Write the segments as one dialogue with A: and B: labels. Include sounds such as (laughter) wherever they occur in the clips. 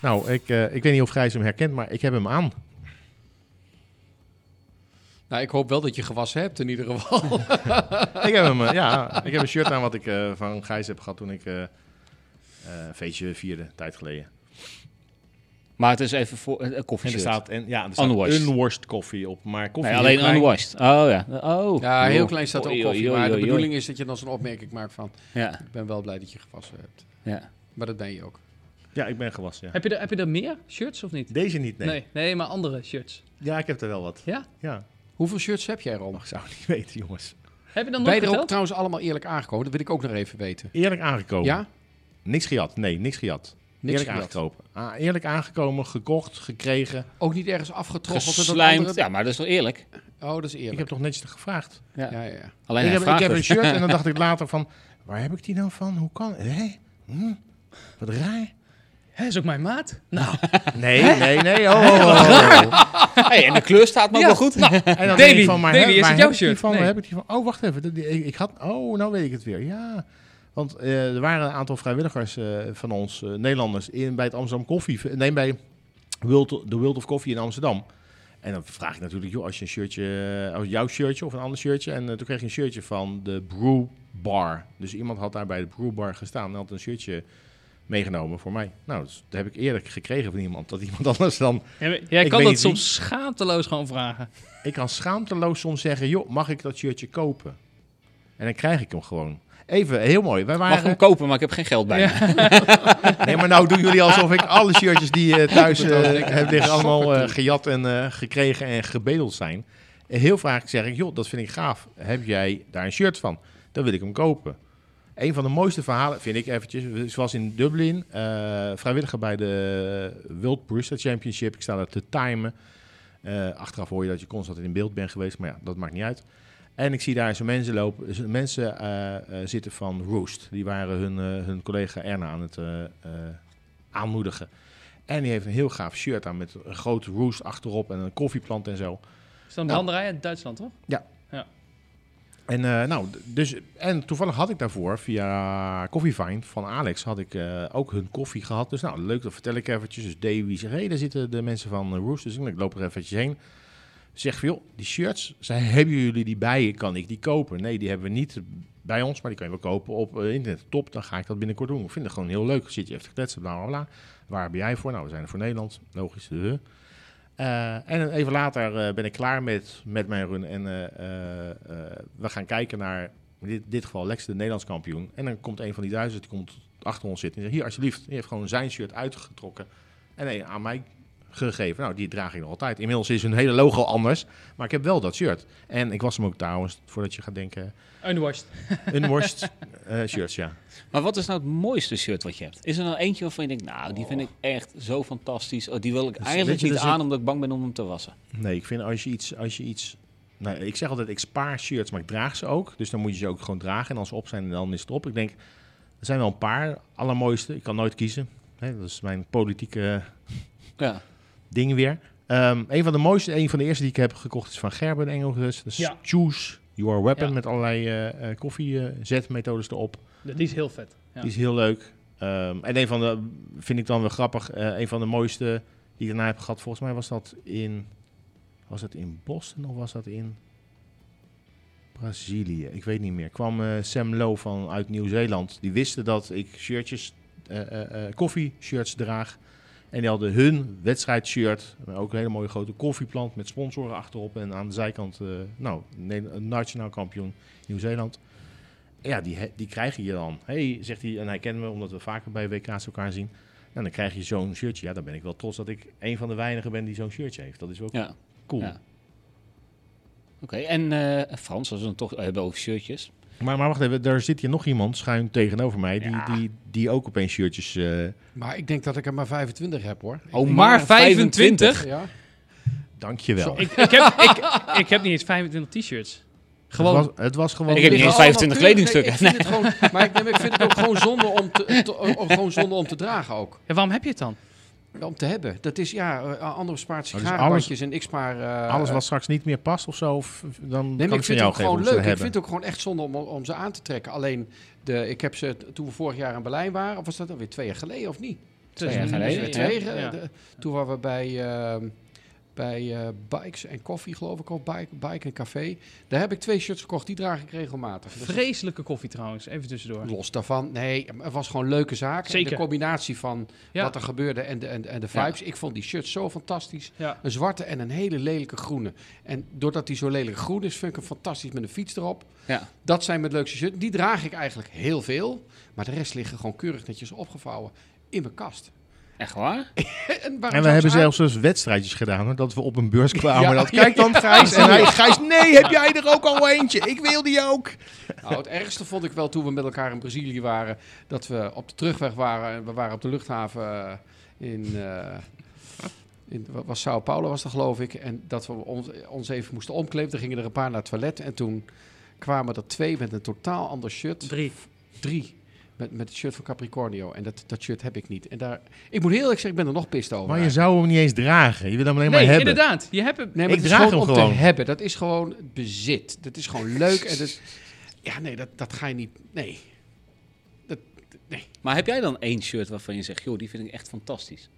A: Nou, ik, eh, ik weet niet of Gijs hem herkent, maar ik heb hem aan.
B: Nou, ik hoop wel dat je gewassen hebt in ieder geval.
A: ik heb hem, eh, ja, ik heb een shirt aan wat ik eh, van Gijs heb gehad toen ik eh, eh, een feestje vierde, een tijd geleden.
C: (laughs) Maar het is even voor eh, een
A: En er
C: koffieshirt.
A: staat, en, ja, er staat
C: Unwashed.
A: unwashed koffie op, maar koffie
C: nee,
A: heel
C: alleen
A: klein.
C: unwashed. Oh ja. Oh.
B: ja, heel
C: Joh.
B: klein staat ook
C: Oei,
B: koffie.
C: oei,
B: Maar de
C: oei, oei.
B: bedoeling is dat je dan zo'n opmerking maakt van...
C: Ja,
B: Ik ben wel blij dat je gewassen hebt.
C: ja.
B: Maar dat ben je ook.
A: Ja, ik ben gewassen, ja.
D: Heb je, er, heb je er meer shirts of niet?
A: Deze niet, nee.
D: nee, nee, maar andere shirts.
A: Ja, ik heb er wel wat.
D: Ja?
A: Ja,
B: Hoeveel shirts heb jij, Ron?
A: ik zou het niet weten, jongens.
D: Heb je dan nog
B: Ben je er ook
D: geteld?
B: trouwens allemaal eerlijk aangekomen? Dat wil ik ook nog even weten.
A: Eerlijk aangekomen.
B: Ja?
A: Niks gejat, nee, niks gejat.
B: Niks
A: eerlijk
B: gejat.
A: aangekomen. Ah, eerlijk aangekomen, gekocht, gekregen.
B: Ook niet ergens afgetroggeld? en dat
C: Geslijmd.
B: andere-
C: Ja, maar dat is wel eerlijk.
B: Oh, dat is
A: Ik
B: eerlijk.
A: heb toch netjes gevraagd.
C: Ja.
B: Ja, ja, ja.
C: Alleen
A: ik,
C: hij
A: heb, ik
C: vraagt
A: heb
C: het.
A: een shirt en dan dacht ik later van, waar heb ik die nou van? Hoe kan? Hé? Hm? Wat raar.
D: Hij is ook mijn
A: (laughs)
D: maat.
A: Nee, nee, nee. Oh, (laughs) oh, oh.
C: Hey, en de kleur staat me ook
D: Ja.
C: wel goed. Nou,
A: En dan
D: Davy,
A: denk ik van, maar, hè,
D: Davy, is
A: waar
D: het jouw
A: heb ik die
D: shirt?
A: Van, waar
D: Nee.
A: heb ik die van? Oh, wacht even. dat- die- Ik, ik had, oh, nou weet ik het weer. Ja. Want eh, er waren een aantal vrijwilligers eh, van ons, eh, Nederlanders, in, bij het Amsterdam Koffie. Nee, bij World, de World of Coffee in Amsterdam. En dan vraag ik natuurlijk, joh, als je een shirtje, eh, als jouw shirtje of een ander shirtje. En eh, toen kreeg je een shirtje van de Brew Bar. Dus iemand had daar bij de Brew Bar gestaan en had een shirtje meegenomen voor mij. Nou, dus dat heb ik eerlijk gekregen van iemand. Dat iemand (laughs) anders dan
D: Jij
A: Ik
D: kan
A: weet
D: dat
A: niet wie.
D: soms schaamteloos gewoon vragen.
A: ik kan schaamteloos soms zeggen, joh, mag ik dat shirtje kopen? En dan krijg ik hem gewoon. Even, heel mooi. Wij
C: Mag ik hem
A: waren...
C: kopen, maar ik heb geen geld bij me.
A: Nee, maar nou doen jullie alsof ik alle shirtjes die eh, thuis eh, heb liggen allemaal eh,
B: toe.
A: gejat en eh, gekregen en gebedeld zijn. En heel vaak zeg ik, joh, dat vind ik gaaf. Heb jij daar een shirt van? Dan wil ik hem kopen. Een van de mooiste verhalen, vind ik eventjes, ze was in Dublin, eh, vrijwilliger bij de World Barista Championship. Ik sta daar te timen. Eh, achteraf hoor je dat je constant in beeld bent geweest, maar ja, dat maakt niet uit. En ik zie daar zo mensen, lopen, zo mensen eh, eh, zitten van Roost. Die waren hun, eh, hun collega Erna aan het eh, eh, aanmoedigen. En die heeft een heel gaaf shirt aan met een grote Roost achterop en een koffieplant en zo.
D: Is dat een
A: Nou.
D: branderij uit Duitsland, toch?
A: En, eh, nou, d- dus, en toevallig had ik daarvoor via Koffievine van Alex had ik eh, ook hun koffie gehad. Dus nou, leuk, dat vertel ik eventjes. Dus Davy zegt, hé, hey, daar zitten de mensen van eh, Roost. Dus ik loop er eventjes heen. Zeg van, joh, die shirts, zijn, (laughs) hebben jullie die bij je? Kan ik die kopen? Nee, die hebben we niet bij ons, maar die kan je wel kopen op eh, internet. Top, dan ga ik dat binnenkort doen. Ik vind het gewoon heel leuk. Zit je even te kletsen, bla, bla, bla. Waar ben jij voor? Nou, we zijn er voor Nederland. Logisch. eh. Eh, en even later eh, ben ik klaar met, met mijn run. En eh, eh, eh, we gaan kijken naar, in dit, dit geval Lex, de Nederlands kampioen. En dan komt een van die duizend, die komt achter ons zitten. En zegt, hier, alsjeblieft. Die heeft gewoon zijn shirt uitgetrokken. En een aan mij gegeven. Nou, die draag ik nog altijd. Inmiddels is hun hele logo anders. Maar ik heb wel dat shirt. En ik was hem ook trouwens, voordat je gaat denken,
D: Unwashed.
A: een worst eh shirt, ja.
C: Maar wat is nou het mooiste shirt wat je hebt? Is er nou eentje waarvan je denkt, nou, die vind ik echt zo fantastisch. Oh, die wil ik
A: Dus, weet
C: eigenlijk
A: je,
C: niet
A: er zit-
C: aan, omdat ik bang ben om hem te wassen.
A: Nee, ik vind als je iets. Als je iets nou, ik zeg altijd, ik spaar shirts, maar ik draag ze ook. Dus dan moet je ze ook gewoon dragen. En als ze op zijn, dan is het op. Ik denk, er zijn wel een paar allermooiste. Ik kan nooit kiezen. Hè, dat is mijn politieke eh,
C: Ja.
A: ding weer. Ehm, een van de mooiste, een van de eerste die ik heb gekocht is van Gerben Engels. Dus dat is
D: Ja.
A: Choose Your Weapon
D: Ja.
A: met allerlei eh, eh, koffiezetmethodes erop.
D: Die is heel vet. Ja.
A: Die is heel leuk. Ehm, en een van de, vind ik dan wel grappig, eh, een van de mooiste die ik daarna heb gehad. Volgens mij was dat in, was dat in Boston of was dat in Brazilië? Ik weet niet meer. Kwam eh, Sam Low van uit Nieuw-Zeeland. Die wisten dat ik shirtjes, eh eh, eh, koffieshirts draag. En die hadden hun wedstrijdshirt. maar Ook een hele mooie grote koffieplant met sponsoren achterop. En aan de zijkant, eh, nou, ne- een nationaal kampioen Nieuw-Zeeland. Ja, die, he- die krijg je dan. hey, zegt hij, en hij kent me omdat we vaker bij WK's elkaar zien. En dan krijg je zo'n shirtje. Ja, dan ben ik wel trots dat ik een van de weinigen ben die zo'n shirtje heeft. Dat is ook
C: Ja.
A: cool.
C: ja. Oké, en eh Frans, als we het dan toch hebben over shirtjes.
A: Maar, maar wacht even, daar zit hier nog iemand schuin tegenover mij. Die, die, die ook opeens shirtjes... eh,
B: Maar ik denk dat ik er maar 25 heb, hoor.
C: Oh,
D: maar 25?
B: Ja.
A: Dankjewel.
D: Ik, ik, heb, ik, ik heb niet eens 25 t-shirts. Gewoon.
A: Het was, het was gewoon...
C: Ik heb niet eens
B: Liggen
C: 25
B: allemaal
C: kledingstukken.
B: keurig. Nee,
C: (laughs)
B: ik vind het gewoon- Maar ik, nee, maar ik vind het ook gewoon zonde om te, te- ook gewoon zonde om te dragen ook.
D: Ja, waarom heb je het dan?
B: Om te hebben. Dat is, ja, eh, anderen spaart
A: Oh, dus alles-
B: sigarenbandjes en ik spaar... eh,
A: alles wat straks niet meer past of zo, of, eh, dan
B: Nee,
A: kan
B: maar
A: ik van
B: ik vind het
A: jou
B: ook
A: geven
B: gewoon
A: om ze te
B: leuk. Ik
A: hebben.
B: vind het ook gewoon echt zonde om, om ze aan te trekken. Alleen, de, ik heb ze t- toen we vorig jaar in Berlijn waren, of was dat alweer twee jaar geleden of niet?
C: Twee jaar
D: Dus-
B: Dus
C: geleden,
B: weer
D: ja.
B: twee jaar
D: Ja.
B: geleden. De- Toen waren we bij, ehm, bij eh, Bikes en Coffee, geloof ik al. Bike, bike en Café. Daar heb ik twee shirts gekocht. Die draag ik regelmatig. Dus Dat is-
D: Vreselijke koffie trouwens, even tussendoor.
B: Los daarvan, nee, het was gewoon een leuke zaak. En
D: Zeker.
B: De combinatie van
D: Ja.
B: wat er gebeurde en de, en, en de vibes. Ik vond die shirts zo fantastisch.
D: Ja.
B: Een zwarte en een hele lelijke groene. En doordat die zo lelijk groen is, vind ik hem fantastisch met een fiets erop.
C: Ja.
B: Dat zijn mijn leukste shirts. Die draag ik eigenlijk heel veel. Maar de rest liggen gewoon keurig netjes opgevouwen in mijn kast.
C: Echt waar?
A: En
B: En, waarom
A: we
B: zou
A: hebben
B: ze aan-
A: zelfs eens wedstrijdjes gedaan, hoor, dat we op een
B: (laughs)
A: beurs kwamen.
B: Ja.
A: dat, kijk dan, Gijs. En hij, Gijs, nee, heb jij er ook al eentje? Ik wil die ook.
B: Nou, het ergste vond ik wel toen we met elkaar in Brazilië waren. Dat we op de terugweg waren. en We waren op de luchthaven eh, in, eh, in wat was Sao Paulo was dat geloof ik. En dat we ons, ons even moesten omkleden. Er gingen er een paar naar het toilet. En toen kwamen er twee met een totaal ander shirt.
D: Drie.
B: Drie. Met, met het shirt van Capricornio. En dat, dat shirt heb ik niet. En daar, ik moet heel eerlijk zeggen, ik ben er nog pist over.
A: Maar je zou hem niet eens dragen. Je wil hem alleen maar
D: Nee,
A: hebben.
D: inderdaad. Je hebt hem.
B: Nee,
A: Ik
B: maar het is
A: draag
B: gewoon
A: hem
B: om
A: gewoon.
B: te hebben. Dat is gewoon bezit. Dat is gewoon leuk. En dat, ja, nee, dat, dat ga je niet... Nee.
C: Maar heb jij dan één shirt waarvan je zegt, joh, die vind ik echt fantastisch?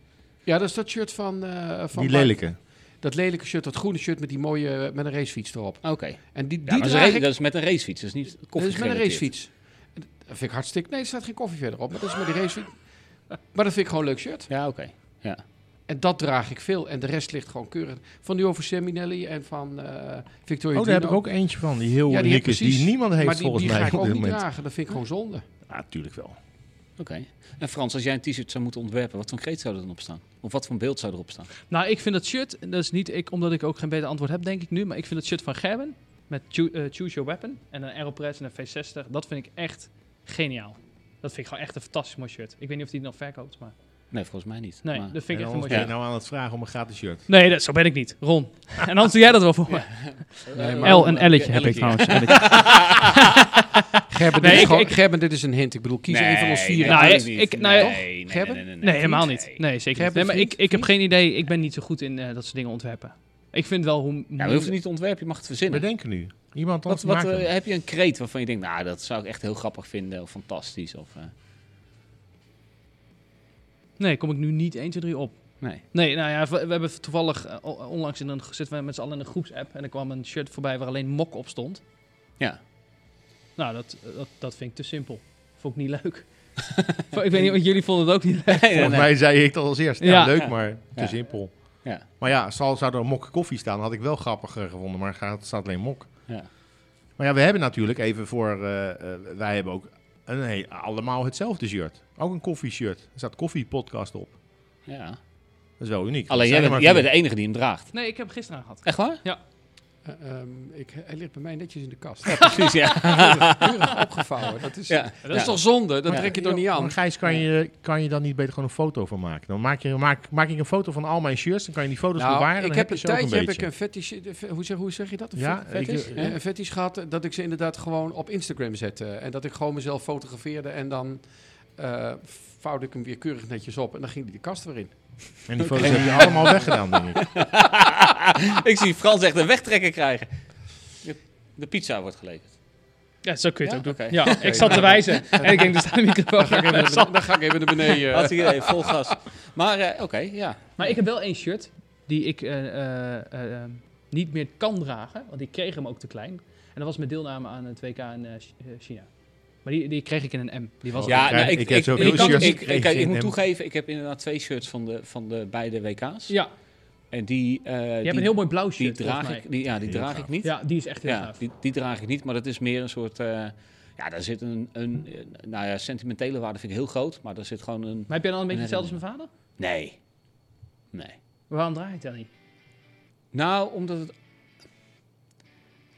B: Ja, dat is dat shirt van... eh, van
A: Die lelijke.
B: Dat lelijke shirt, dat groene shirt met die mooie... eh, met een racefiets erop.
C: Oké.
B: En die,
C: Ja,
B: die
C: maar dat, is
B: draag
C: een-
B: ik...
C: dat is met een racefiets, dat is niet koffie
B: Dat is met een
C: gerelateerd.
B: racefiets. En Dat vind ik hartstikke... Nee, er staat geen koffie verder op. Maar dat is met een racefiets. Maar dat vind ik gewoon een leuk shirt.
C: Ja, oké. Ja.
B: En dat draag ik veel. En de rest ligt gewoon keurig. Van die over Seminelli en van eh Victoria
A: Oh, daar heb ik
B: Dino.
A: ook eentje van, die heel
B: Ja, die heb
A: uniek is, die
B: precies.
A: niemand heeft
B: maar die,
A: volgens
B: die
A: mij
B: ga ik
A: op
B: ook
A: dit
B: niet
A: moment.
B: dragen. Dat vind ik gewoon zonde.
A: Ja, natuurlijk wel.
C: Oké. En Frans, als jij een t-shirt zou moeten ontwerpen, wat voor kreet zou er dan op staan? Of wat voor beeld zou erop staan?
D: Nou, ik vind dat shirt, dat is niet ik, omdat ik ook geen beter antwoord heb, denk ik nu. Maar ik vind dat shirt van Gerben, met choo- eh, Choose Your Weapon en een Aeropress en een V60, dat vind ik echt geniaal. Dat vind ik gewoon echt een fantastisch mooi shirt. Ik weet niet of die het nog verkoopt, maar...
C: Nee, volgens mij niet.
D: Nee, dus-
C: Maar-
D: dat vind ik
A: En anders
D: echt een mooi
A: ben je
D: shirt.
A: nou aan het vragen om een gratis shirt.
D: Nee, dat, zo ben ik niet. Ron. En anders doe jij dat wel voor me.
B: Nee, maar-
D: L en L'tje heb ik
C: (laughs)
D: trouwens. L'tje.
B: Gerben,
D: Nee,
B: dit,
D: ik-
B: is gewoon-
D: ik-
B: Gerben, dit is een hint. Ik bedoel, kies
C: Nee,
B: een van ons vier.
D: nee, Nou,
C: natuurlijk
D: ik-
C: niet.
D: ik-
C: nee,
D: nou ja,
C: nee, nee,
B: Gerben?
C: nee, nee, nee,
D: Nee, helemaal niet. Nee, zeker niet.
B: Gerben,
D: Nee, maar ik,
B: vriend?
D: ik heb geen idee. Ik ben niet zo goed in eh, dat soort dingen ontwerpen. Ik vind wel hoe...
C: Ja, maar je hoeft het niet te ontwerpen, je mag het verzinnen.
A: Bedenken nu. Iemand anders
C: Wat, wat,
A: maakt
C: eh,
A: hem.
C: heb je een kreet waarvan je denkt, nou, dat zou ik echt heel grappig vinden of fantastisch? Of, eh,
D: Nee, kom ik nu niet 1, 2, 3 op.
C: nee.
D: Nee, nou ja, we, we hebben toevallig eh, on- onlangs in een, zitten we met z'n allen in een groepsapp en er kwam een shirt voorbij waar alleen mok op stond.
C: Ja.
D: Nou, dat, dat, dat vind ik te simpel. Vond ik niet (laughs) leuk. ik weet niet, want jullie vonden het ook niet leuk.
C: Nee, nee,
A: Volgens
C: nee.
A: mij zei ik dat als eerst. Ja,
D: Ja.
A: leuk,
C: Ja.
A: maar te
C: Ja.
A: simpel.
C: Ja.
A: Maar ja, zal, zou er een mok koffie staan, had ik wel grappiger gevonden. Maar het staat alleen mok.
C: Ja.
A: Maar ja, we hebben natuurlijk even voor... eh, eh, wij hebben ook een, he- allemaal hetzelfde shirt. Ook een koffieshirt. Er staat koffiepodcast op.
C: Ja.
A: Dat is wel uniek.
C: Alleen
A: Dat
C: jij
A: zijn
C: bent,
A: er
C: jij
A: maar
C: bent de enige die hem draagt.
D: Nee, ik heb hem gisteren aan gehad.
C: Echt waar?
B: Eh, ehm, ik, hij ligt bij mij netjes in de (laughs) kast.
C: Precies, ja.
B: Keurig- keurig (laughs) opgevouwen. Dat is,
C: Ja.
B: dat is toch zonde? Dat
C: Ja.
B: trek je toch niet
A: vier.
B: aan?
A: Maar Gijs, kan je, kan je dan niet beter gewoon een foto van maken? Dan maak, je, maak, maak ik een foto van al mijn shirts. Dan kan je die foto's
B: Nou,
A: bewaren.
B: ik
A: dan
B: heb
A: je
B: een
A: ze ook
B: tijdje heb ik
A: beetje.
B: een fetish, eh, fe- hoe zeg, hoe zeg je dat? Een
A: Ja,
B: fe- fetish?
A: ik-
B: Eh, een fetish gehad eh, dat ik ze inderdaad gewoon op Instagram zette. En dat ik gewoon mezelf fotografeerde en dan eh, vouwde ik hem weer keurig netjes op. En dan ging die de kast weer in.
A: En
C: (laughs)
A: die foto's heb je allemaal weggedaan, denk ik.
C: (laughs) ik zie Frans echt een wegtrekker krijgen. De, de pizza wordt geleverd.
D: Ja, zo kun je
C: Ja?
D: het ook doen.
C: Oké.
D: Ja, ik zat te wijzen en ik denk, er (laughs) staat een microfoon.
B: Dan ga ik even, naar- dan ga ik even naar
A: (laughs)
B: beneden. eh.
C: Had hij eh, vol gas. Maar eh, oké, ja.
D: Maar ik heb wel één shirt die ik eh, eh, eh, eh, niet meer kan dragen, want ik kreeg hem ook te klein. En dat was mijn deelname aan het WK in eh, Chi- eh, China. Maar die, die kreeg ik in een M. Die was
C: Ja,
A: ik krijg-
C: nou, ik,
A: ik
C: ik,
A: heb
C: ik,
A: zoveel
C: ik-
A: shirts
C: ik-
A: gekregen
C: kijk, ik
A: in
D: H&M.
C: moet
A: hem.
C: toegeven, ik heb inderdaad twee shirts van de, van de beide WK's.
D: ja
C: En die, eh,
D: je
C: die,
D: hebt een heel mooi blauw
C: die
D: shirt volgens
C: draag
D: mij.
C: ik, die, ja, die
A: Heel
C: draag
A: gaaf.
C: ik niet.
D: Ja, die is echt heel
C: Ja,
D: gaaf.
C: die, die draag ik niet, maar dat is meer een soort... eh, ja, daar zit een, een, eh, nou ja, sentimentele waarde vind ik heel groot, maar daar zit gewoon een...
D: Maar heb jij dan een beetje
C: Nee,
D: hetzelfde als mijn vader?
C: Nee. Nee.
D: Waarom draai je het dan niet?
C: Nou, omdat het...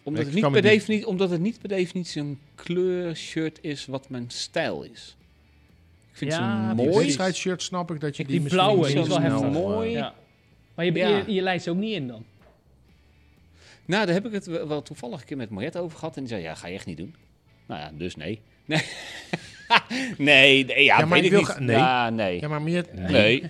C: Omdat,
A: Ik
C: het
A: kan
C: niet
A: me
C: per
A: niet-
C: definitie, omdat het niet per definitie een kleurshirt is wat mijn stijl is. Ik vind
D: Ja,
C: ze
D: die
A: Mooi.
C: mooi.
A: Wedstrijdshirt snap ik dat je
D: Ik-
A: die,
D: die
A: misschien
D: blauwe
A: niet
D: is
A: zo
D: wel
A: snel,
D: heftig.
A: eh,
C: Mooi.
D: Ja. Maar je,
C: Ja.
D: je, je lijst ze ook niet in dan.
C: Nou, daar heb ik het wel wel toevallig een keer met Mariette over gehad. En die zei, ja, ga je echt niet doen. Nou ja, dus nee. (laughs) Nee, nee, nee, ja,
A: Ja, maar
C: weet
A: ik
C: ik
A: wil
C: niet.
A: gra- nee.
C: Ja, nee.
A: Ja, maar meer...
C: Nee.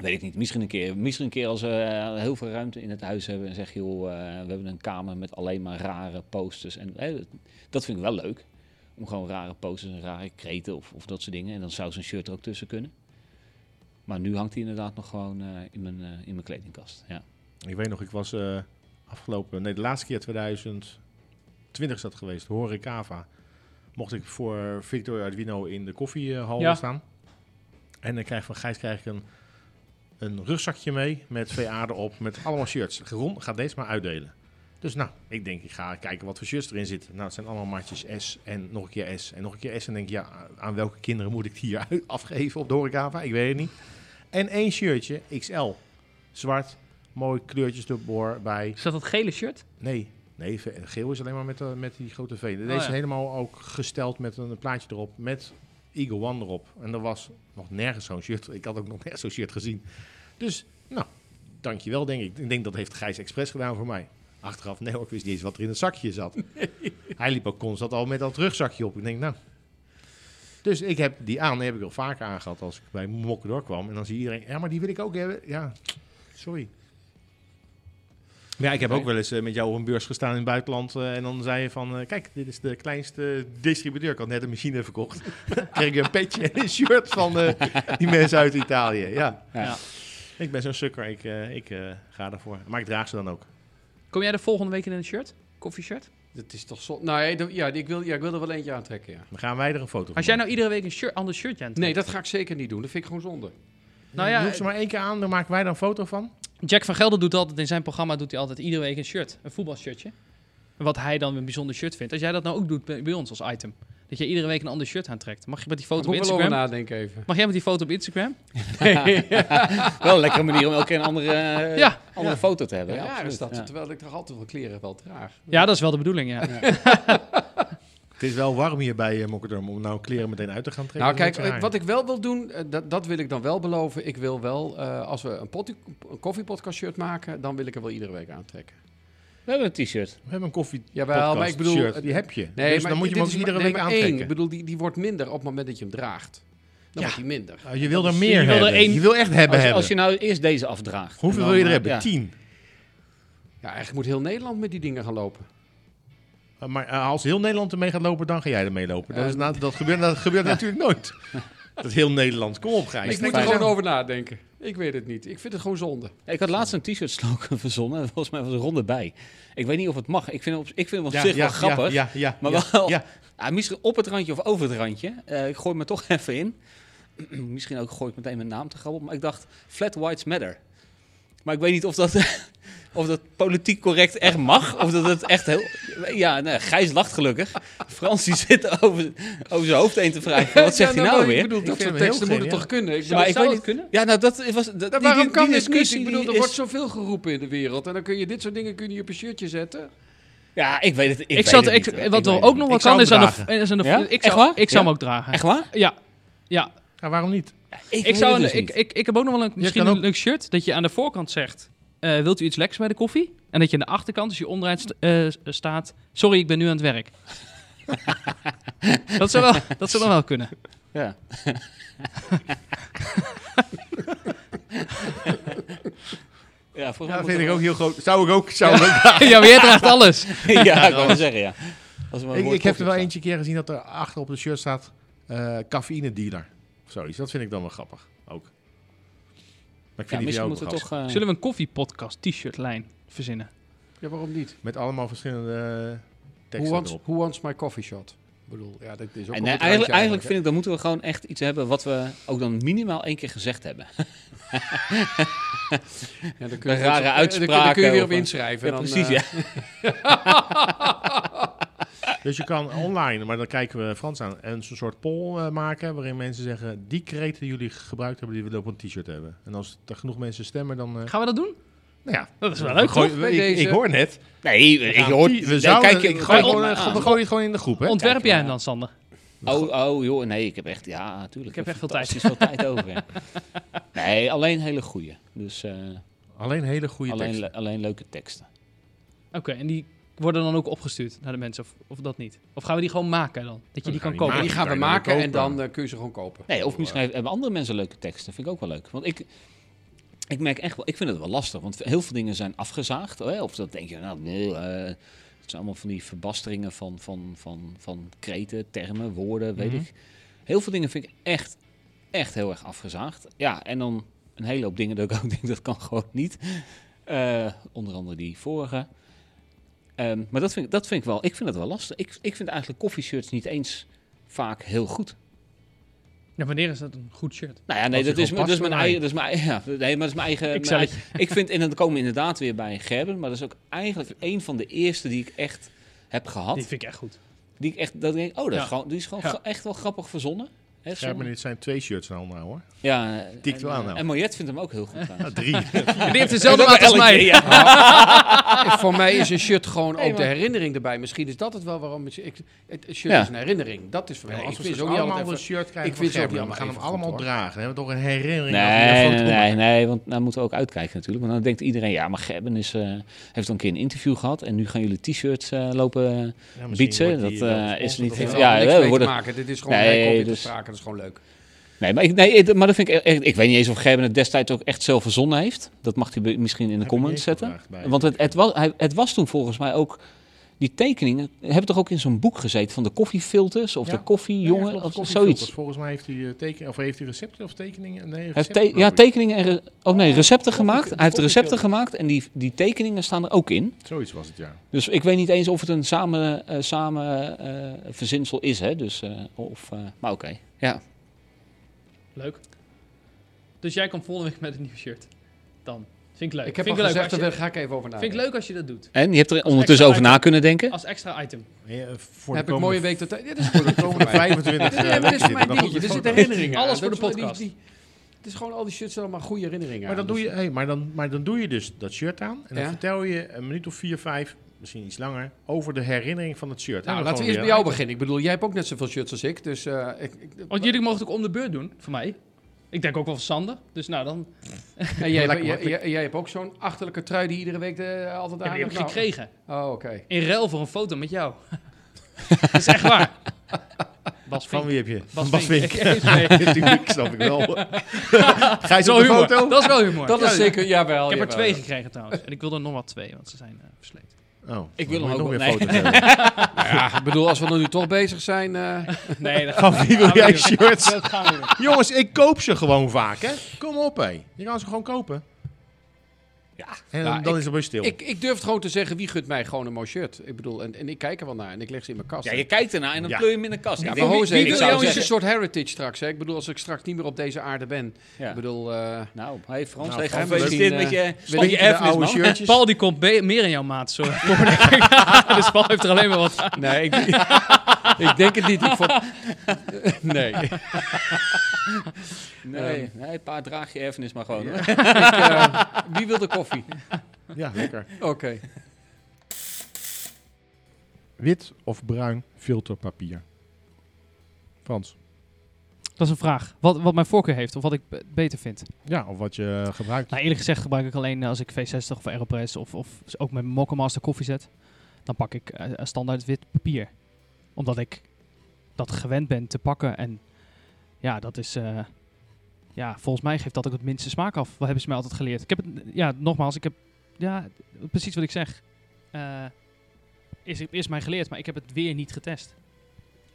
C: Weet ik niet. Misschien een keer, misschien een keer als we eh, heel veel ruimte in het huis hebben en zeg joh, eh, we hebben een kamer met alleen maar rare posters. En eh, dat- dat vind ik wel leuk. Om gewoon rare posters en rare kreten of, of dat soort dingen. En dan zou zo'n shirt er ook tussen kunnen. Maar nu hangt hij inderdaad nog gewoon eh, in, mijn, eh, in mijn kledingkast. Ja.
A: Ik weet nog, ik was eh, afgelopen... Nee, de laatste keer 2020 is dat geweest. Horecava. Mocht ik voor Victor Arduino in de koffiehal
D: Ja.
A: staan. En dan krijg ik van Gijs krijg ik een, een rugzakje mee met twee aarden op. Met allemaal shirts. Ron gaat deze maar uitdelen. Dus nou, ik denk, ik ga kijken wat voor shirts erin zitten. Nou, het zijn allemaal maatjes S en nog een keer S en nog een keer S. En denk ik, ja, aan welke kinderen moet ik die hier (laughs) uit- afgeven op de horecava? Ik weet het niet. En één shirtje, XL. Zwart, mooi kleurtjes erboor bij.
D: Is dat dat gele shirt?
A: Nee, nee, ve- geel is alleen maar met, eh, met die grote V. Deze
D: ja.
A: is helemaal ook gesteld met een plaatje erop, met Eagle One erop. En er was nog nergens zo'n shirt. Ik had ook nog nergens zo'n shirt gezien. Dus, nou, dankjewel denk ik. Ik denk dat heeft Gijs expres gedaan voor mij. Achteraf, nee hoor, ik wist niet eens wat er in het zakje zat. Hij liep ook constant al met dat rugzakje op. Ik denk, nou... Dus ik heb die aan, die heb ik al vaker aangehad als ik bij Mokken doorkwam. En dan zie iedereen, ja, maar die wil ik ook hebben. Ja, sorry. Maar ja, ik heb ook wel eens eh, met jou op een beurs gestaan in het buitenland. eh, en dan zei je van, eh, kijk, dit is de kleinste distributeur. Ik had net een machine verkocht. (laughs) kreeg ik een petje en een shirt van eh, die mensen uit Italië. Ja.
C: Ja.
A: Ik ben zo'n sukker. Ik, eh, ik eh, ga daarvoor. Maar ik draag ze dan ook.
D: Kom jij de volgende week in een shirt? Koffieshirt?
B: Dat is toch zo... Nou ja, dat- ja, ik wil, ja, ik wil er wel eentje aantrekken, ja.
A: Dan gaan wij er een foto van
D: Als jij nou iedere week een shirt, ander shirtje aan
B: Nee, dat ga ik zeker niet doen. Dat vind ik gewoon zonde.
D: Nou ja,
A: Doe ze maar één keer aan, dan maken wij dan een foto van.
D: Jack van Gelder doet altijd in zijn programma doet hij altijd iedere week een shirt, een voetbalshirtje. Wat hij dan een bijzonder shirt vindt. Als jij dat nou ook doet bij bij ons als item, dat je iedere week een ander shirt aantrekt, mag je met die
B: Moet
D: foto op
B: ik wel over
D: Instagram?
B: nadenken even.
D: Mag jij met die foto op Instagram?
C: Wel een lekkere manier om elke keer een andere, eh,
D: Ja.
C: andere foto te hebben.
B: Ja,
C: Ja,
B: raar is
C: absoluut.
B: dat,
C: Ja.
B: terwijl ik toch altijd wel kleren wel draag.
D: Ja, dat is wel de bedoeling. Ja.
A: Het is wel warm hier bij uh, om nou kleren meteen uit te gaan trekken.
B: Nou
A: Dat is
B: kijk,
A: een beetje
B: eh, wat ik wel wil doen, eh, dat, dat wil ik dan wel beloven. Ik wil wel, eh, als we een, potty- een koffiepodcast shirt maken, dan wil ik er wel iedere week aantrekken.
C: We hebben een t-shirt.
A: raar. We hebben een koffie
B: Jawel, maar ik bedoel,
A: shirt.
B: het-
A: Die heb je. dus dan moet je
B: dit
A: hem ook
B: is maar-
A: iedere
B: nee,
A: week
B: maar één.
A: aantrekken.
B: Ik bedoel, die, die wordt minder op het moment dat je hem draagt. Dan
A: Ja.
B: wordt die minder.
A: Ah, je wil er
B: Dus
D: Je
A: meer
D: wil er
A: hebben.
D: één-
A: Je wil echt hebben
C: Als,
A: hebben.
C: als je nou eerst deze afdraagt.
A: Hoeveel
C: dan,
A: wil je er
C: eh,
A: hebben?
C: ja.
A: Tien.
B: Ja, eigenlijk moet heel Nederland met die dingen gaan lopen.
A: Eh, Maar eh, als heel Nederland ermee gaat lopen, dan ga jij ermee lopen. Dat,
B: Eh,
A: is na- dat gebeurt, dat (laughs) gebeurt natuurlijk nooit. Dat heel Nederland. Kom op, Gijs.
B: ik moet er
A: Fijn.
B: gewoon over nadenken. Ik weet het niet. Ik vind het gewoon zonde.
C: Ik had laatst een t-shirt slogan (laughs) verzonnen. en Volgens mij was er ronde bij. Ik weet niet of het mag. Ik vind hem op, ik vind hem op
A: Ja,
C: zich
A: ja,
C: wel grappig.
A: Ja, ja, ja,
C: maar
A: ja,
C: wel. (laughs)
A: ja.
C: Ah, misschien op het randje of over het randje. Eh, ik gooi me toch (laughs) even in. (clears throat) misschien ook gooi ik meteen mijn naam te grap op. Maar ik dacht, flat whites matter. Maar ik weet niet of dat, (laughs) of dat politiek correct echt mag. Of dat het echt heel... Ja, nee, Gijs lacht gelukkig. Frans die zit over, over zijn hoofd heen te vragen. Wat
B: (laughs)
C: zegt
B: Ja,
C: hij nou
B: maar
C: weer?
B: Ik bedoel,
A: Ik
B: dat
A: vind
B: soort
A: hem heel
B: teksten moeten
A: geniaal.
B: toch kunnen? Ik
C: Maar
B: bedoel,
C: ik
D: Zou
C: weet
D: het kunnen?
C: Ja, nou dat was... Dat, die-
B: waarom
C: die-
B: kan
C: die
B: dit niet?
C: discussie
B: Ik bedoel,
C: die
B: er
C: is-
B: wordt zoveel geroepen in de wereld. En dan kun je dit soort dingen kun je op een shirtje zetten.
C: Ja, ik weet het. Ik,
D: Ik
C: weet
D: zat,
C: het
D: ik,
C: niet, hoor.
D: wat
C: Ik
D: er
C: weet het
D: ook nog
C: niet.
D: wat
A: Ik zou
D: kan is
A: hem
D: aan de,
A: dragen.
D: is aan de
C: Ja?
D: ik
C: Echt
D: zou,
C: waar?
D: ik
C: Ja.
D: zou hem ook dragen.
C: Echt waar?
D: Ja, ja.
A: Ja, waarom niet?
D: Ik,
C: weet
D: zou,
C: het
D: een-
C: dus
D: ik,
C: niet.
D: ik, ik heb ook nog wel een, misschien
A: kan
D: een
A: ook-
D: leuk shirt dat je aan de voorkant zegt. eh, wilt u iets lekkers bij de koffie? En dat je aan de achterkant, als je omdraait, st- eh, staat... Sorry, ik ben nu aan het werk. dat, zou wel, dat zou dan wel kunnen.
C: (laughs) Ja. ja, volgens mij
A: Ja, dat
C: moet
A: vind
C: er
A: ik
C: wel-
A: ook heel groot. Zou ik ook. Zou ik ook
D: ja, maar jij draagt alles.
C: (laughs) ja, ik wou wel zeggen, ja. Als er maar een
A: ik,
C: woord
A: ik heb er wel
C: koffie
A: eentje keer gezien dat er achter op de shirt staat eh cafeïne dealer. Of zoiets. Dat vind ik dan wel grappig. Ook. Maar ik
C: staat.
A: vind
C: Ja,
A: die
C: misschien
A: jou ook
C: moeten we
A: grappig.
C: toch... eh,
D: Zullen we een koffiepodcast t-shirt lijn verzinnen?
B: Ja, waarom niet?
A: Met allemaal verschillende eh,
B: Who
A: teksten
B: wants,
A: erop.
B: who wants my coffee shot? Ik bedoel, ja, dat is ook
C: en,
B: wel
C: nee,
B: wat
C: eigenlijk,
B: eruit,
C: eigenlijk vind ik, dan moeten we gewoon echt iets hebben wat we ook dan minimaal één keer gezegd hebben.
B: hè. Ja, dan kun je
C: Een rare
B: dan- dan kun- Dan kun je
C: uitspraken
B: weer
C: of
B: op
C: een-
B: inschrijven.
C: Ja,
B: dan,
C: precies,
B: eh,
C: ja.
A: Dus je kan online, maar dan kijken we Frans aan, een soort poll eh, maken waarin mensen zeggen die kreet die jullie gebruikt hebben, die willen we op een t-shirt hebben. En als er genoeg mensen stemmen, dan... eh,
D: Gaan we dat doen?
A: nou ja,
D: Dat is wel leuk,
A: gooi-
D: toch?
B: Bij
A: ik,
B: deze-
A: ik hoor net.
C: Nee,
A: We
C: ik
A: gaan
C: hoor...
A: t-
C: nee,
A: We zouden...
C: kijk, ik gooi
A: we
C: het
A: gooien
C: maar
A: het gewoon- we
C: aan.
A: gooien het gewoon in de groep, hè?
D: Ontwerp
C: kijk,
D: jij
C: ja.
D: hem dan, Sander?
C: Oh, oh, joh, nee, ik heb echt, ja, natuurlijk.
D: Ik heb echt veel tijd.
C: fantastisch veel tijd over. Nee, alleen hele goede. Dus eh,
A: Alleen hele goede
C: alleen,
A: teksten.
C: le- alleen leuke teksten.
D: Oké, en die worden dan ook opgestuurd naar de mensen, of, of dat niet? Of gaan we die gewoon maken dan? Dat je
A: Nou,
D: die
A: gaan
D: kan
A: we
D: kopen?
B: Ja,
A: maken.
B: die gaan we
A: Kan je dan
B: maken en
A: kopen.
B: dan eh, kun je ze gewoon kopen.
C: Nee, of misschien
B: Eh,
C: heeft- hebben andere mensen leuke teksten. Dat vind ik ook wel leuk. Want ik, ik merk echt wel, ik vind het wel lastig. Want heel veel dingen zijn afgezaagd. Hè? Of dat denk je, nou, nee, eh, het zijn allemaal van die verbasteringen van, van, van, van kreten, termen, woorden, weet
A: Mhm.
C: ik. Heel veel dingen vind ik echt, echt heel erg afgezaagd. Ja, en dan een hele hoop dingen dat ik (laughs) ook denk, dat kan gewoon niet. Eh, onder andere die vorige. Ehm, maar dat vind, ik- dat vind ik wel, ik vind dat wel lastig. Ik, ik vind eigenlijk koffieshirts niet eens vaak heel goed.
D: Ja, wanneer is dat een goed shirt?
C: Nou ja, nee,
A: Als je
C: dat is,
A: gewoon
C: dat is
A: past voor
C: mijn
A: mij.
C: eigen. Dat is mijn, (laughs) ja, nee, maar dat is mijn eigen.
D: Ik
C: Ik,
D: zal
C: mijn, eigen- ik vind, en dan komen we inderdaad weer bij Gerben, maar dat is ook eigenlijk een van de eerste die ik echt heb gehad.
D: Die
C: Die,
D: vind ik echt goed.
C: ik echt, dat ik denk, oh, dat
D: Ja.
C: is gewoon, die is gewoon
D: Ja.
C: gra- echt wel grappig verzonnen. Hè,
A: Ja, maar
C: sommige-
A: dit zijn twee shirts nou, nou hoor.
C: ja,
A: Tikt
C: en,
A: wel aan,
C: eh,
A: nou.
C: En Mariette vindt hem ook heel goed.
A: Ah, drie.
B: eh,
C: (laughs)
D: En die heeft dezelfde maat als
C: Elke
D: mij.
C: keer,
B: (laughs)
C: ja.
B: Voor mij is een shirt gewoon
C: Nee,
B: ook de
C: maar-
B: herinnering erbij. Misschien is dat het wel waarom. Ik, het- het shirt
C: Ja.
B: is een herinnering. Dat is voor mij.
A: Nee,
B: ik
A: als we
B: vind
A: straks
B: het ook
A: allemaal
B: niet altijd
A: een
B: even-
A: shirt krijgen
B: ik
A: van
B: vind ze ook
A: Gerben,
B: niet
A: we gaan hem
B: allemaal even
A: allemaal
B: goed,
A: dragen. Dan hebben we toch een herinnering aan die eh,
C: Nee, nee,
A: foto.
C: nee, nee, want daar moeten we ook uitkijken natuurlijk. Want dan denkt iedereen, ja, maar Gerben is, eh, heeft al een keer een interview gehad en nu gaan jullie t-shirts eh, lopen.
A: Ja, misschien
C: Bietsen,
A: wordt die
C: dat,
A: wel
C: eh,
A: gesponsord
C: is niet-
A: of
B: Het heeft
A: zo.
B: er
C: Ja,
B: allemaal
C: we
B: niks mee te
C: worden-
B: maken. Dit is gewoon
C: Nee,
B: leuk om weer te
C: dus-
B: spraken. Dat is gewoon leuk.
C: Nee, maar ik, nee, eh, maar dat vind ik echt. Ik weet niet eens of Gerben het destijds ook echt zelf verzonnen heeft. Dat mag hij be- misschien in de
A: Heb ik niet
C: comments
A: eens
C: zetten.
A: gevraagd bij-
C: Want het, het, was, hij, het was toen volgens mij ook. Die tekeningen hebben toch ook in zo'n boek gezeten van de koffiefilters of
A: Ja.
C: de
A: Ja,
C: koffiejongen
A: klopt,
C: of
A: koffiefilters.
C: zoiets.
A: Volgens mij heeft hij, eh, teken, of heeft hij recepten of tekeningen? Nee,
C: Hij heeft
A: recepten,
C: te-
A: geloof
C: ja,
A: ik.
C: tekeningen en re- oh nee, recepten gemaakt. Hij heeft recepten
A: koffiefilters.
C: gemaakt en die, die tekeningen staan er ook in.
A: Zoiets was het, ja.
C: Dus ik weet niet eens of het een samen, eh, samen eh, verzinsel is. Hè? Dus, eh, of, eh, maar oké. Ja.
D: Leuk. Dus jij komt volgende week met een nieuw shirt. Dan. Vind ik leuk.
B: Ik heb al
D: vind ik leuk
B: gezegd,
D: als
B: daar
D: je,
B: ga ik even over
D: vind
B: nadenken.
D: ik leuk als je dat doet.
C: En je hebt er
D: Als
C: ondertussen over
D: extra
C: na kunnen denken.
D: Als extra item.
A: Ja, eh, voor
B: Heb
A: de
B: ik
A: komende
B: mooie week tot... (laughs) Dit is voor de komende
A: 25
B: Nee, maar dit is voor mij een dingetje. Er zitten herinneringen aan.
D: Alles voor
B: Dat
D: de
B: is- die-
D: podcast.
B: die- Het is gewoon al die shirts zijn allemaal goede herinneringen
A: Maar,
B: aan.
A: dat doe
B: Dus-
A: je, hey, maar, dan, maar dan doe je dus dat shirt aan. En dan
B: Ja.
A: vertel je een minuut of vier, vijf, misschien iets langer, over de herinnering van het shirt. En
B: Nou,
A: dan
B: laten we eerst
A: gewoon
B: bij
A: weer-
B: jou beginnen. Ik bedoel, jij hebt ook net zoveel shirts als ik. Dus eh, ik, (laughs) ik-
D: Want jullie mogen het ook om de beurt doen, voor mij. Ik denk ook wel van Sander. Dus nou, dan
B: en jij,
A: Lekker
B: jij-
A: makkelijk.
B: jij- jij hebt ook zo'n achterlijke trui die iedere week eh, altijd aan
D: heb je hem
B: hebt. Nou,
D: gekregen.
B: Oh, oké.
D: In ruil voor een foto met jou. (laughs) dat is echt waar. Bas
A: Van
D: Vink.
A: wie heb je?
D: Bas
A: Van Bas
D: Vink.
A: Wink.
D: Nee,
A: Natuurlijk, snap ik wel. Ga je
D: Dat is
A: zo
D: wel
A: op de
D: humor.
A: foto?
D: Dat is wel humor.
B: Dat
D: Ja,
B: is zeker, jawel.
D: Ik heb er
B: jawel.
D: twee gekregen trouwens. En ik wil er nog wel twee, want ze zijn eh, versleten.
A: Oh,
C: Ik wil
A: dan
C: hem
A: moet
C: ook
A: je nog
C: wel-
A: weer foto's hebben.
B: (laughs) Ja, ik bedoel, als we er nu toch bezig zijn... eh,
A: (laughs)
D: Nee, dat
A: Van wie wil jij shirts?
D: Dat gaan we doen.
A: Jongens, ik koop ze gewoon vaak, hè? Kom op, hé. Je kan ze gewoon kopen. Ja. En dan,
B: Nou,
A: dan
B: ik-
A: is het weer stil.
B: ik, ik durf het gewoon te zeggen, wie gunt mij gewoon een mooi shirt? Ik bedoel, en, en ik kijk er wel naar en ik leg ze in mijn kast.
C: Ja, je kijkt ernaar en dan
A: Ja.
C: pleur je hem in de
B: Ja,
C: kast. Ik
B: maar
C: denk,
B: hoe
C: wie- wie
B: is
C: wil jou
B: het een
C: zeggen-
B: soort heritage straks? Hè? Ik bedoel, als ik straks niet meer op deze aarde ben.
C: Ja.
B: Ik bedoel, eh,
C: Nou, hey Frans,
A: Nou,
C: hey,
A: Frans,
C: gefeliciteerd met
B: misschien,
C: je,
B: eh, weet
C: met
B: ik
C: je
B: de
C: erfenis,
A: oude
C: man. (laughs)
A: shirtjes.
D: Paul die komt be- meer in jouw maat, (laughs) zo. (laughs) dus Paul heeft er alleen maar wat aan.
B: nee, ik, (laughs) ik denk het niet. Ik vond-
C: (laughs)
B: nee.
C: Nee, nee, pa, draag je erfenis maar gewoon.
A: Ja.
C: hoor.
B: Ik, eh, wie wil de koffie?
A: Ja, lekker.
B: Oké.
A: Wit of bruin filterpapier? Frans.
D: Dat is een vraag. Wat, wat mijn voorkeur heeft, of wat ik be- beter vind.
A: Ja, of wat je eh, gebruikt.
D: Nou, eerlijk gezegd gebruik ik alleen als ik V60 of Aeropress of, of ook met Mokka Master koffie zet. Dan pak ik eh, een standaard wit papier. Omdat ik dat gewend ben te pakken. En ja, dat is... eh, ja, volgens mij geeft dat ook het minste smaak af. Wat hebben ze mij altijd geleerd. Ik heb het... eh, Ja, nogmaals, ik heb... Ja, precies wat ik zeg. Eh, is, is mij geleerd, maar ik heb het weer niet getest.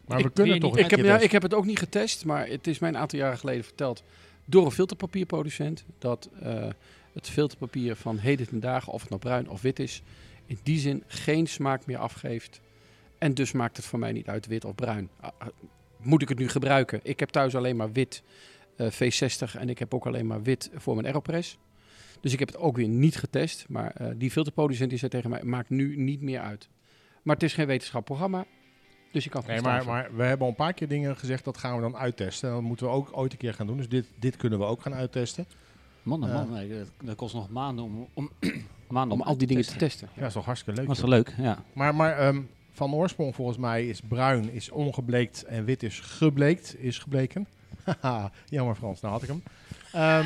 A: Maar
D: ik
A: we kunnen
D: weet
A: toch
D: niet.
A: een
B: Ik heb,
A: keer
B: nou,
A: testen.
B: ik heb het ook niet getest, maar het is mij een aantal jaren geleden verteld door een filterpapierproducent dat eh, het filterpapier van heden ten dagen, of het nou bruin of wit is, in die zin geen smaak meer afgeeft. En dus maakt het voor mij niet uit wit of bruin. Ah, ah, moet ik het nu gebruiken? Ik heb thuis alleen maar wit eh, V60 en ik heb ook alleen maar wit voor mijn Aeropress. Dus ik heb het ook weer niet getest, maar eh, die filterproducent die zei tegen mij, maakt nu niet meer uit. Maar het is geen wetenschapprogramma, dus je kan het
A: Nee,
B: niet
A: maar,
B: standvast.
A: maar we hebben al een paar keer dingen gezegd, dat gaan we dan uittesten. En dat moeten we ook ooit een keer gaan doen. Dus dit, dit kunnen we ook gaan uittesten.
C: (laughs) Man, oh
A: Ja.
C: man, nee, dat, dat kost nog maanden om, om, (clears throat) maanden
B: om al die dingen te testen.
A: Ja, dat is toch hartstikke leuk.
C: Dat is wel leuk, ja.
A: Maar, maar ehm, van oorsprong volgens mij is bruin is ongebleekt en wit is gebleekt. Is gebleken. (laughs) Haha, jammer Frans, nou had ik hem. Ehm,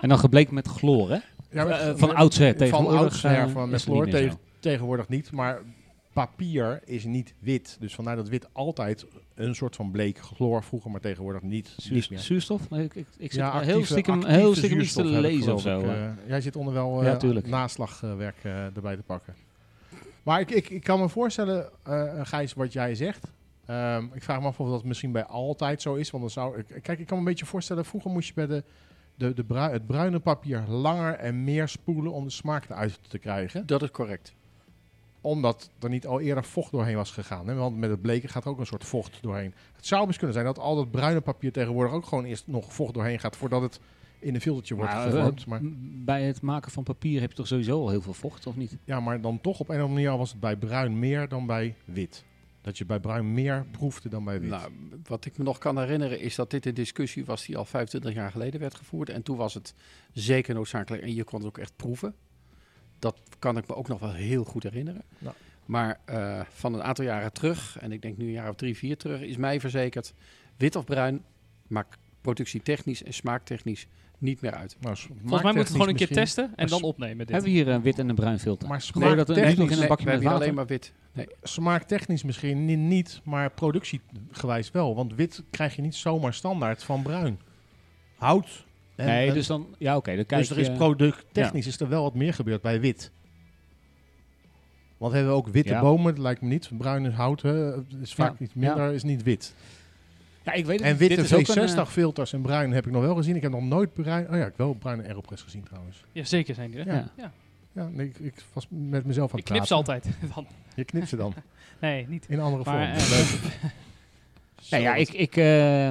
C: En dan gebleken met chloor, hè?
A: Ja, maar-
C: Eh, van oudsher
A: Van
C: tegenwoordig,
A: oudsher,
C: eh,
A: van
C: is
A: met
C: het
A: Floor
C: niet meer
A: tegen-
C: zo.
A: tegenwoordig niet. Maar papier is niet wit. Dus vandaar dat wit altijd een soort van bleek chloor vroeger, maar tegenwoordig niet, niet meer.
C: Zuurstof? Nee, Ik, ik, ik zit
A: Ja,
C: heel
A: actieve-
C: stiekem,
A: actieve
C: heel stiekem iets te
A: zuurstof heb ik,
C: lezen of
A: geloof
C: zo.
A: ik.
C: hè.
A: Eh, jij zit onder wel
C: Ja,
A: eh,
C: tuurlijk.
A: naslagwerk eh, erbij te pakken. Maar ik, ik, ik kan me voorstellen, eh, Gijs, wat jij zegt. Ehm, ik vraag me af of dat misschien bij altijd zo is. Want dan zou ik. Kijk, ik kan me een beetje voorstellen, vroeger moest je bij de, de, de brui- het bruine papier langer en meer spoelen om de smaak eruit te krijgen.
B: Dat is correct.
A: Omdat er niet al eerder vocht doorheen was gegaan. Hè? Want met het bleken gaat er ook een soort vocht doorheen. Het zou best kunnen zijn dat al dat bruine papier tegenwoordig ook gewoon eerst nog vocht doorheen gaat voordat het in een filtertje wordt
C: Maar,
A: gevormd.
C: eh,
A: Maar,
C: m- Bij het maken van papier heb je toch sowieso al heel veel vocht, of niet?
A: ja, maar dan toch op een of andere manier al was het bij bruin meer dan bij wit. Dat je bij bruin meer proefde dan bij wit.
B: Nou, wat ik me nog kan herinneren is dat dit een discussie was die al 25 jaar geleden werd gevoerd. En toen was het zeker noodzakelijk en je kon het ook echt proeven. Dat kan ik me ook nog wel heel goed herinneren.
A: Nou.
B: Maar eh, van een aantal jaren terug, en ik denk nu een jaar of drie, vier terug, is mij verzekerd: wit of bruin maakt productietechnisch en smaaktechnisch niet meer uit.
A: Nou,
D: Volgens mij moeten we het gewoon een keer
A: misschien.
D: testen en dan opnemen dit.
C: Hebben we hier een wit en een bruin filter?
A: Maar
C: Gooi je
A: smaak,
C: dat er-
B: Technisch,
C: nog in een
B: nee,
C: bakje
B: we
C: met
B: hebben hier alleen
C: water?
B: maar wit. Nee.
A: smaaktechnisch misschien ni- niet, maar productiegewijs wel. Want wit krijg je niet zomaar standaard van bruin. Hout. en-
C: Nee,
A: en-
C: dus dan... Ja, oké, dan kijk
A: dus er
D: eh,
A: is
C: je-
A: producttechnisch is er wel wat meer gebeurd bij wit. Want hebben we ook witte
C: Ja.
A: bomen, dat lijkt me niet. Bruin is hout, hè, is vaak
C: Ja,
A: iets minder, is niet wit.
C: Ja, ik weet het
A: En
C: niet.
A: witte
C: Dit is ook een, eh,
A: V60-filters en bruin heb ik nog wel gezien. Ik heb nog nooit bruin... Oh ja, ik heb wel bruine Aeropress gezien trouwens.
D: Ja, zeker zijn die. hè?
A: Ja.
C: Ja.
A: Ja, nee, ik, ik was met mezelf aan
D: Ik
A: het
D: knip ze
A: praten.
D: altijd. Dan-
A: Je knipt ze
D: (laughs)
A: dan,
D: Nee, niet.
A: in andere vorm.
D: Maar, eh, (laughs)
C: Nou ja, ik, ik, eh,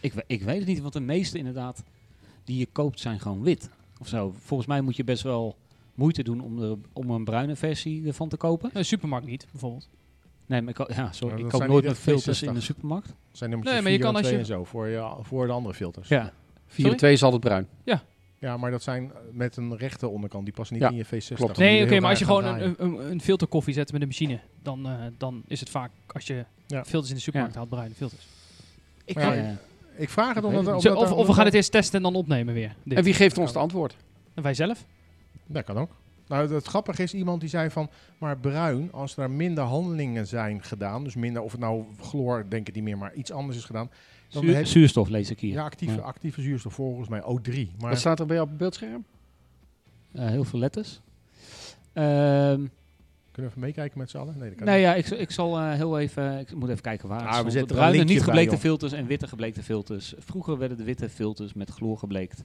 C: ik, we- ik weet het niet, want de meeste inderdaad die je koopt zijn gewoon wit. Of zo. Volgens mij moet je best wel moeite doen om, er, om een bruine versie ervan te kopen.
D: Een eh, supermarkt niet, bijvoorbeeld.
C: Nee, maar ik, ko- ja, sorry,
A: Maar dat
C: ik koop
A: zijn
C: nooit
A: niet
C: met
A: echt
C: filters
A: 360.
C: in de supermarkt.
A: zijn nummertjes
D: Nee,
A: nee,
D: maar je
A: en
D: kan als
A: 2
D: je-
A: en zo voor, je, voor de andere filters. Ja.
C: Ja.
B: 4 en 2 is altijd bruin.
A: maar dat zijn met een rechte onderkant. Die passen niet
B: Ja,
A: in je V60.
B: klopt.
A: Dan moet
D: Nee, oké,
A: heel
D: maar als je
A: raar
D: gewoon
A: gaan draaien.
D: een, een, een filterkoffie zet met een machine, dan, eh, dan is het vaak als je
A: Ja.
D: filters in de supermarkt haalt, bruine filters.
C: Ik,
A: Ja,
C: eh,
A: Ik vraag het
C: Ik
A: omdat...
C: weet het
D: Zo,
A: omdat
D: of,
A: er-
D: of we gaan
A: omdat-
D: het eerst testen en dan opnemen weer. Dit.
B: En wie geeft ons het antwoord?
D: En wij zelf?
A: Dat kan ook. Nou, het, het grappige is iemand die zei van, maar bruin, als er minder handelingen zijn gedaan, dus minder, of het nou chloor, denk ik niet meer, maar iets anders is gedaan, dan
C: zuur-
A: heb je
C: zuurstof lees ik hier.
A: ja, actieve,
C: Ja.
A: actieve zuurstof volgens mij O3. Maar
B: Wat staat er bij jou op het beeldscherm?
C: Eh, heel veel letters. Ehm
A: kunnen we even meekijken met z'n allen? Nee, dat kan
C: nou
A: niet.
C: ja, ik, z- ik zal eh, heel even... Ik moet even kijken waar
A: Ah,
C: het
A: we
C: stond.
A: zetten er een
C: Bruine
A: linkje
C: niet
A: bij,
C: gebleekte
A: joh.
C: filters en witte gebleekte filters. Vroeger werden de witte filters met chloor gebleekt.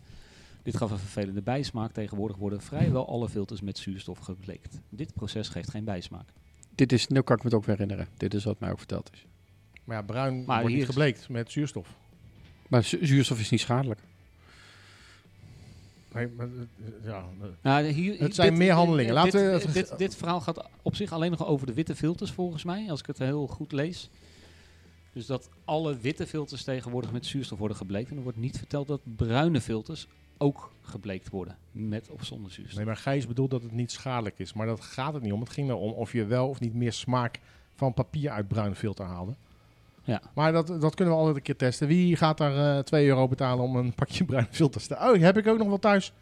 C: Dit gaf een vervelende bijsmaak. Tegenwoordig worden vrijwel alle filters met zuurstof gebleekt. Dit proces geeft geen bijsmaak.
B: Dit is, nu kan ik me het ook weer herinneren. Dit is wat mij ook verteld is.
A: Maar ja, bruin
C: Maar
A: wordt niet
C: hier-
A: gebleekt met zuurstof.
B: Maar zu- zuurstof is niet schadelijk.
A: Nee, maar, eh, ja, eh,
C: Nou, hier,
A: Het zijn meer handelingen.
C: dit-
A: Laten we-
C: dit, dit, dit verhaal gaat op zich alleen nog over de witte filters, volgens mij, als ik het heel goed lees. Dus dat alle witte filters tegenwoordig met zuurstof worden gebleekt. En er wordt niet verteld dat bruine filters ook gebleekt worden. Met of zonder zuurstof.
A: nee, maar Gijs bedoelt dat het niet schadelijk is, maar dat gaat het niet om. Het ging erom of je wel of niet meer smaak van papier uit bruin filter haalde.
C: Ja.
A: Maar dat, dat kunnen we altijd een keer testen. Wie gaat daar eh 2 euro betalen om een pakje (laughs) bruine filters te... Oh, die heb ik ook nog wel thuis.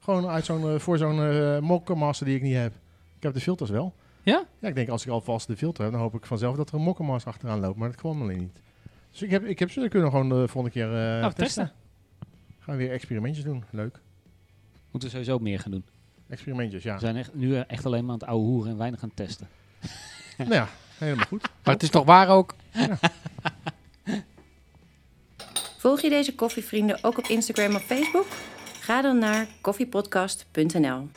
A: Gewoon uit zo'n, eh, voor zo'n eh mokkenmaster die ik niet heb. Ik heb de filters wel.
D: Ja?
A: Ja, ik denk als ik alvast de filter heb, dan hoop ik vanzelf dat er een mokkenmaster achteraan loopt. Maar dat kwam alleen niet. Dus ik heb, ik heb ze, dan kunnen we gewoon de volgende keer eh,
D: nou,
A: testen.
D: testen.
A: Gaan we weer experimentjes doen. Leuk.
C: Moeten we sowieso meer gaan doen.
A: Experimentjes, ja.
C: We zijn echt, nu eh, echt alleen maar aan het ouwe hoeren en weinig aan het testen.
A: Nou ja, helemaal goed.
B: Maar het is toch waar ook?
E: Volg je deze koffievrienden ook op Instagram of Facebook? Ga dan naar koffiepodcast.nl.